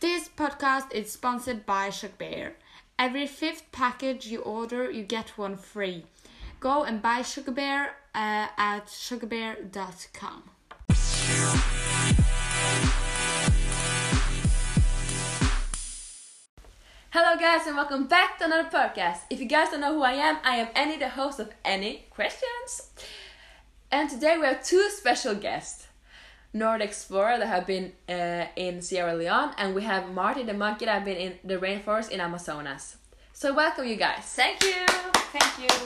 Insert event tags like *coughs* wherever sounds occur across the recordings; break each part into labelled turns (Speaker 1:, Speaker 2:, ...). Speaker 1: podcast is sponsored by Shock Bear. Every fifth package you order, you get one free. Go and buy Sugar Bear uh, at sugarbear.com.
Speaker 2: Hello, guys, and welcome back to another podcast. If you guys don't know who I am, I am Annie, the host of Any Questions. And today we have two special guests Nord Explorer, that have been uh, in Sierra Leone, and we have Marty the monkey, that have been in the rainforest in Amazonas. So, welcome, you guys.
Speaker 3: Thank you. Thank you.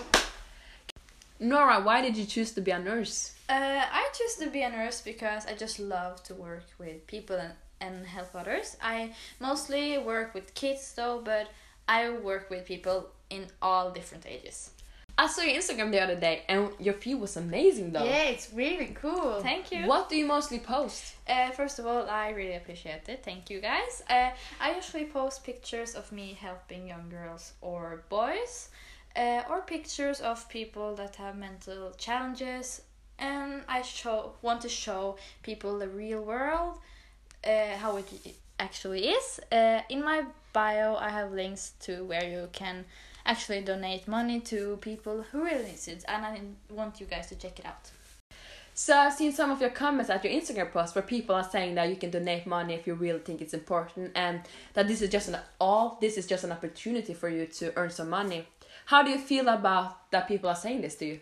Speaker 2: Nora, why did you choose to be a nurse?
Speaker 3: Uh, I choose to be a nurse because I just love to work with people and, and help others. I mostly work with kids though, but I work with people in all different ages.
Speaker 2: I saw your Instagram the other day, and your feed was amazing, though.
Speaker 1: Yeah, it's really cool.
Speaker 3: Thank you.
Speaker 2: What do you mostly post?
Speaker 3: Uh, first of all, I really appreciate it. Thank you guys. Uh, I usually post pictures of me helping young girls or boys, uh, or pictures of people that have mental challenges, and I show want to show people the real world, uh, how it i- actually is. Uh, in my bio, I have links to where you can actually donate money to people who really needs it, and I want you guys to check it out.
Speaker 2: So I've seen some of your comments at your Instagram post where people are saying that you can donate money if you really think it's important and that this is just an all this is just an opportunity for you to earn some money. How do you feel about that people are saying this to you?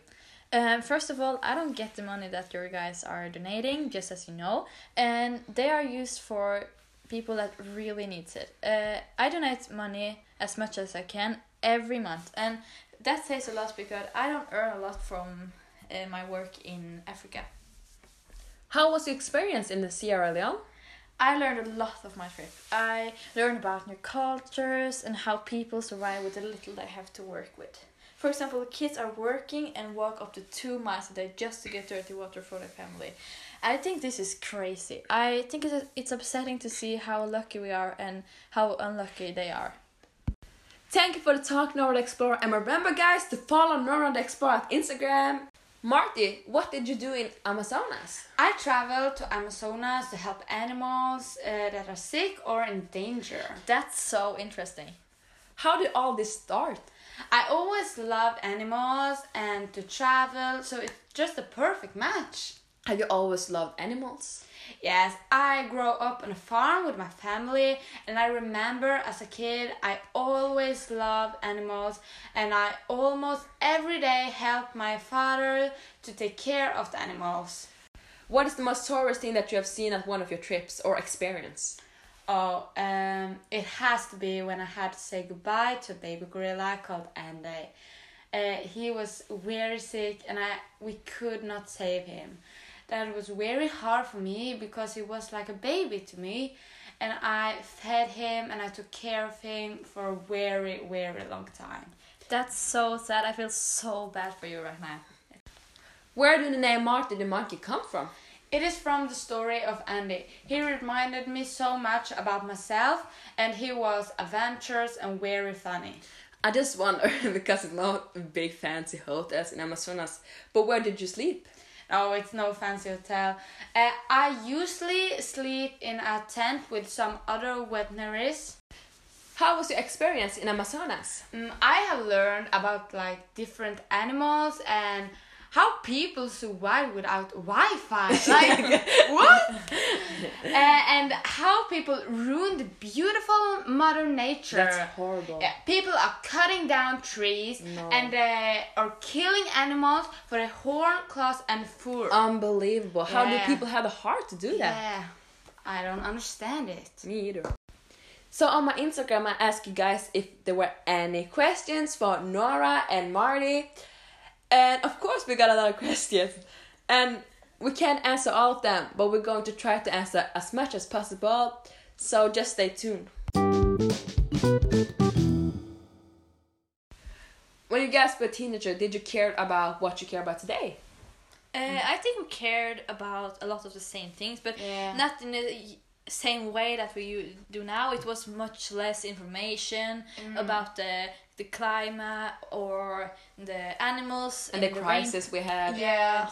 Speaker 3: Um, first of all, I don't get the money that your guys are donating, just as you know, and they are used for people that really needs it. Uh, I donate money as much as I can every month, and that says a lot because I don't earn a lot from uh, my work in Africa.
Speaker 2: How was your experience in the Sierra Leone?
Speaker 3: I learned a lot of my trip. I learned about new cultures and how people survive with the little they have to work with. For example, the kids are working and walk up to two miles a day just to get dirty water for their family. I think this is crazy. I think it's, it's upsetting to see how lucky we are and how unlucky they are.
Speaker 2: Thank you for the talk, Nora the Explorer, and remember guys to follow Nora the Explorer at Instagram. Marty, what did you do in Amazonas?
Speaker 1: I travel to Amazonas to help animals uh, that are sick or in danger.
Speaker 3: That's so interesting.
Speaker 2: How did all this start?
Speaker 1: I always loved animals and to travel, so it's just a perfect match.
Speaker 2: Have you always loved animals?
Speaker 1: Yes, I grew up on a farm with my family, and I remember as a kid, I always loved animals, and I almost every day helped my father to take care of the animals.
Speaker 2: What is the most tourist thing that you have seen at one of your trips or experience?
Speaker 1: Oh, um, it has to be when I had to say goodbye to a baby gorilla called Andy. Uh, he was very sick, and I we could not save him. That was very hard for me because he was like a baby to me, and I fed him and I took care of him for a very very long time.
Speaker 3: That's so sad. I feel so bad for you right now.
Speaker 2: Where did the name Marty the Monkey come from?
Speaker 1: It is from the story of Andy. He reminded me so much about myself, and he was adventurous and very funny.
Speaker 2: I just wonder *laughs* because it's not big fancy hotels in Amazonas. But where did you sleep?
Speaker 1: No, Oh, it's no fancy hotel. Uh, I usually sleep in a tent with some other veterinarians.
Speaker 2: How was your experience in Amazonas?
Speaker 1: Mm, I have learned about like different animals and how people survive without
Speaker 2: *laughs*
Speaker 1: Wi-Fi. Like what? Uh, and how people ruin the beautiful mother nature.
Speaker 2: horrible.
Speaker 1: Yeah, people are cutting down trees
Speaker 2: No.
Speaker 1: and they are killing animals for their horn, claws, and fur.
Speaker 2: Unbelievable. How
Speaker 1: Yeah.
Speaker 2: do people have the heart to do that?
Speaker 1: Yeah, Eh, I don't understand it.
Speaker 2: Me either. So on my Instagram, I asked you guys if there were any questions for Nora and Marty, and of course we got a lot of *laughs* questions, and we can't answer all of them, but we're going to try to answer as much as possible. So just stay tuned. When you guys were a teenager, did you care about what you care about today?
Speaker 3: Uh, I think we cared about a lot of the same things, but
Speaker 1: Yeah.
Speaker 3: not in the y- same way that we u- do now. It was much less information
Speaker 1: Mm.
Speaker 3: about the the climate or the animals
Speaker 2: And the
Speaker 3: rain-
Speaker 2: crisis we had.
Speaker 1: Yeah.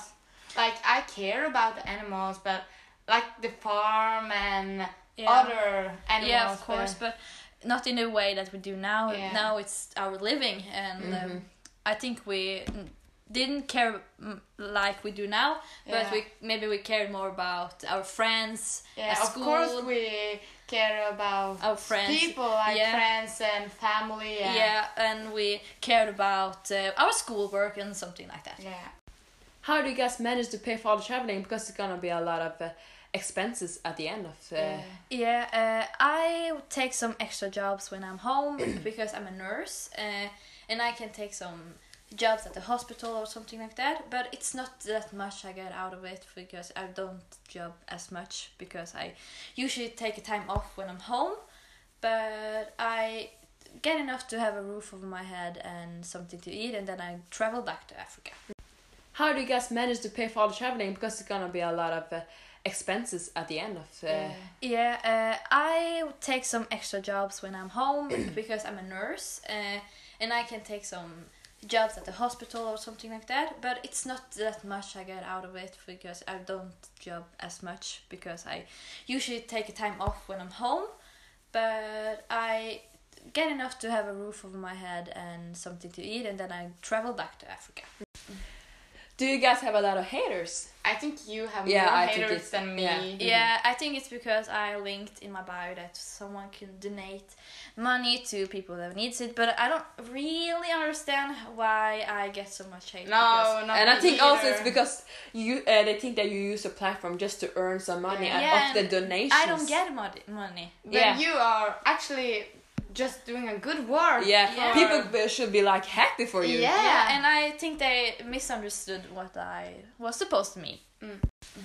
Speaker 1: Like I care about the animals, but like the farm and
Speaker 3: Yeah.
Speaker 1: other animals.
Speaker 3: yeah, of
Speaker 1: but-
Speaker 3: course, but not in a way that we do now.
Speaker 1: Yeah. Mm-hmm.
Speaker 3: Now it's our living, and um, I think we mm, didn't care mm, like we do now, but
Speaker 1: Yeah.
Speaker 3: we maybe we cared more about our friends,
Speaker 1: Yeah,
Speaker 3: at
Speaker 1: of
Speaker 3: school,
Speaker 1: course we care about
Speaker 3: our friends.
Speaker 1: people like
Speaker 3: Yeah.
Speaker 1: friends and family.
Speaker 3: Yeah.
Speaker 1: And,
Speaker 3: and we cared about uh, our schoolwork and something like that.
Speaker 1: yeah.
Speaker 2: How do you guys manage to pay for all the traveling? Because it's gonna be a lot of uh, expenses at the end of. Uh,
Speaker 1: Yeah.
Speaker 3: Yeah, uh, I take some extra jobs when I'm *coughs* home because I'm a nurse, uh, and I can take some jobs at the hospital or something like that. But it's not that much I get out of it because I don't job as much because I usually take a time off when I'm home. But I get enough to have a roof over my head and something to eat, and then I travel back to Africa.
Speaker 2: How do you guys manage to pay for all the traveling? Because it's gonna be a lot of uh, expenses at the end of. Uh,
Speaker 1: yeah.
Speaker 3: Yeah, uh, I take some extra jobs when I'm home because I'm a nurse, uh, and I can take some jobs at the hospital or something like that. But it's not that much I get out of it because I don't job as much because I usually take a time off when I'm home, but I get enough to have a roof over my head and something to eat, and then I travel back to Africa.
Speaker 2: Do you guys have a lot of haters?
Speaker 1: I think you have
Speaker 2: Yeah,
Speaker 1: more
Speaker 2: I think
Speaker 1: haters
Speaker 2: it's-
Speaker 1: than me.
Speaker 2: yeah.
Speaker 3: Yeah, I think it's because I linked in my bio that someone can donate money to people that needs it, but I don't really understand why I get so much hate.
Speaker 1: No,
Speaker 3: because-
Speaker 1: not
Speaker 2: and I
Speaker 1: me
Speaker 2: think also it's
Speaker 1: either.
Speaker 2: because you uh, they think that you use a platform just to earn some money
Speaker 1: Yeah.
Speaker 2: and
Speaker 3: Yeah,
Speaker 2: off the
Speaker 3: and
Speaker 2: donations.
Speaker 3: I don't get mon- money.
Speaker 1: But
Speaker 2: yeah.
Speaker 1: you are actually just doing a good work.
Speaker 2: Yeah.
Speaker 3: Yeah.
Speaker 2: people b- should be like happy for you.
Speaker 1: Yeah.
Speaker 3: and I think they misunderstood what I was supposed to mean.
Speaker 1: Mm-hmm.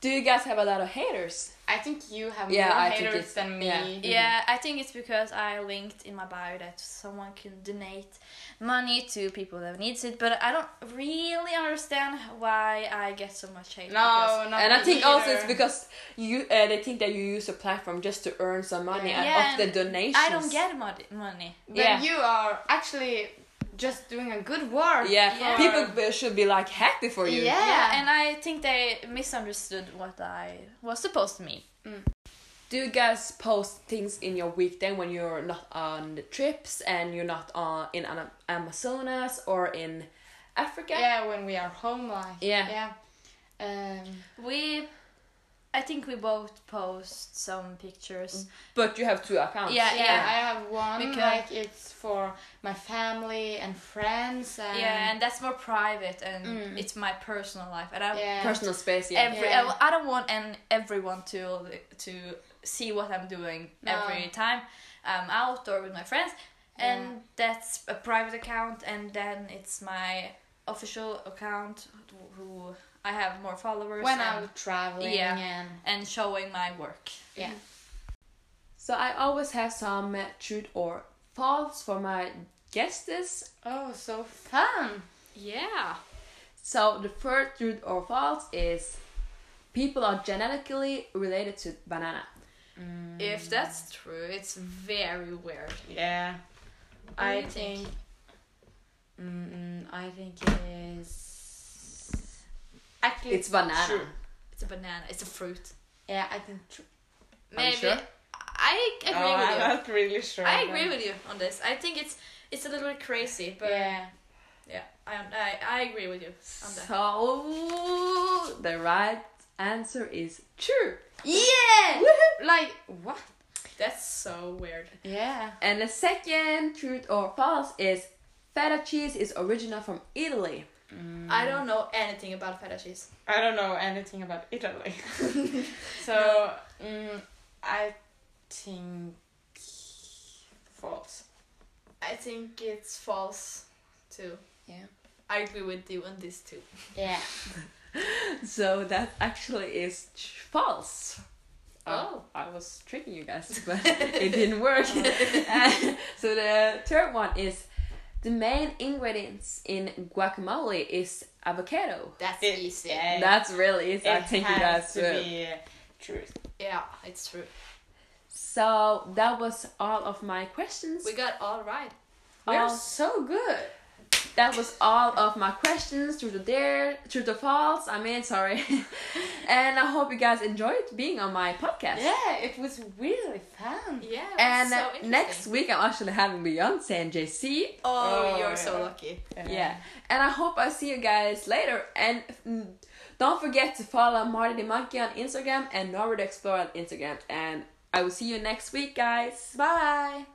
Speaker 2: Do you guys have a lot of haters?
Speaker 1: I think you have
Speaker 2: Yeah,
Speaker 1: more
Speaker 2: I think
Speaker 1: haters
Speaker 2: it's-
Speaker 1: than me.
Speaker 2: yeah.
Speaker 3: Yeah, I think it's because I linked in my bio that someone can donate money to people that needs it, but I don't really understand why I get so much hate.
Speaker 1: No,
Speaker 3: because-
Speaker 1: not
Speaker 2: and I
Speaker 1: me
Speaker 2: think also it's
Speaker 1: either.
Speaker 2: because you uh, they think that you use a platform just to earn some money
Speaker 1: Yeah.
Speaker 2: and
Speaker 3: Yeah,
Speaker 2: off the
Speaker 3: and
Speaker 2: donations.
Speaker 3: I don't get mon- money.
Speaker 1: But
Speaker 2: Yeah.
Speaker 1: you are actually just doing a good work.
Speaker 2: Yeah,
Speaker 3: Yeah.
Speaker 2: people b- should be like happy for you.
Speaker 1: Yeah.
Speaker 3: and I think they misunderstood what I was supposed to mean.
Speaker 2: Do you guys post things in your weekday when you're not on the trips and you're not on in Ana- Amazonas or in Africa?
Speaker 1: Yeah, when we are home, like
Speaker 2: Yeah.
Speaker 1: yeah. Um,
Speaker 3: We, I think we both post some pictures.
Speaker 2: But you have two accounts.
Speaker 3: Yeah,
Speaker 1: yeah,
Speaker 3: yeah.
Speaker 1: I have one
Speaker 3: Because-
Speaker 1: like it's for my family and friends and
Speaker 3: yeah, and that's more private, and
Speaker 1: Mm.
Speaker 3: it's my personal life, and I.
Speaker 1: yeah.
Speaker 2: Personal space, yeah.
Speaker 3: Every,
Speaker 1: Yeah.
Speaker 3: I don't want and everyone to to see what I'm doing
Speaker 1: No.
Speaker 3: every time I'm out or with my friends, and that's a private account, and then it's my official account who I have more followers.
Speaker 1: when
Speaker 3: and-
Speaker 1: I'm traveling
Speaker 3: um, Yeah.
Speaker 1: and
Speaker 3: and showing my work.
Speaker 1: yeah.
Speaker 2: So I always have some uh, truth or false for my guests.
Speaker 1: Oh, so fun.
Speaker 3: Yeah.
Speaker 2: So the first truth or false is people are genetically related to banana.
Speaker 3: If that's true, it's very weird.
Speaker 1: Yeah.
Speaker 3: do
Speaker 1: I
Speaker 3: you think?
Speaker 1: think mm, I think it is
Speaker 3: Mm.
Speaker 1: actually
Speaker 2: It's banana.
Speaker 1: true.
Speaker 3: It's a banana. It's a fruit.
Speaker 1: Yeah, I think true.
Speaker 3: Maybe.
Speaker 2: sure?
Speaker 3: I agree with you.
Speaker 1: not really sure.
Speaker 3: I agree with you on this. I think it's it's a little crazy, but yeah,
Speaker 1: Yeah.
Speaker 3: I, I I agree with you on that.
Speaker 2: So the right answer is true.
Speaker 1: Yeah. Like what?
Speaker 3: That's so weird.
Speaker 1: Yeah.
Speaker 2: And the second truth or false is feta cheese is original from Italy. *laughs*
Speaker 3: I don't know anything about feta cheese.
Speaker 1: I don't know anything about *laughs* Italy. so mm, I think false.
Speaker 3: I think it's false, too.
Speaker 1: Yeah.
Speaker 3: I agree with you on this too.
Speaker 1: Yeah.
Speaker 2: So that actually is tr- false.
Speaker 1: Uh,
Speaker 3: Oh.
Speaker 2: I, I was tricking you guys, *laughs* but it didn't work. *laughs* And so the third one is the main ingredients in guacamole is avocado.
Speaker 3: That's
Speaker 1: It-
Speaker 3: easy.
Speaker 1: yeah. It-
Speaker 2: That's really easy. I
Speaker 1: It
Speaker 2: think you
Speaker 1: has
Speaker 2: guys
Speaker 1: to
Speaker 2: will.
Speaker 1: be truth.
Speaker 3: yeah, it's true.
Speaker 2: So that was all of my questions.
Speaker 3: We got all right.
Speaker 1: We are
Speaker 2: Um,
Speaker 1: so good.
Speaker 2: that was all of my questions through the dare, through the false. I mean, sorry. *laughs* and I hope you guys enjoyed being on my podcast.
Speaker 1: Yeah, it was really fun.
Speaker 3: Yeah. it was
Speaker 2: And
Speaker 3: so
Speaker 2: uh,
Speaker 3: interesting.
Speaker 2: next week, I'm actually having Beyonce and JC.
Speaker 3: Oh,
Speaker 1: Oh,
Speaker 3: you're so
Speaker 1: yeah.
Speaker 3: lucky.
Speaker 2: Yeah. And I hope I see you guys later. And mm, don't forget to follow Marty the Monkey on Instagram and Norway the Explorer on Instagram. And I will see you next week, guys.
Speaker 1: Bye.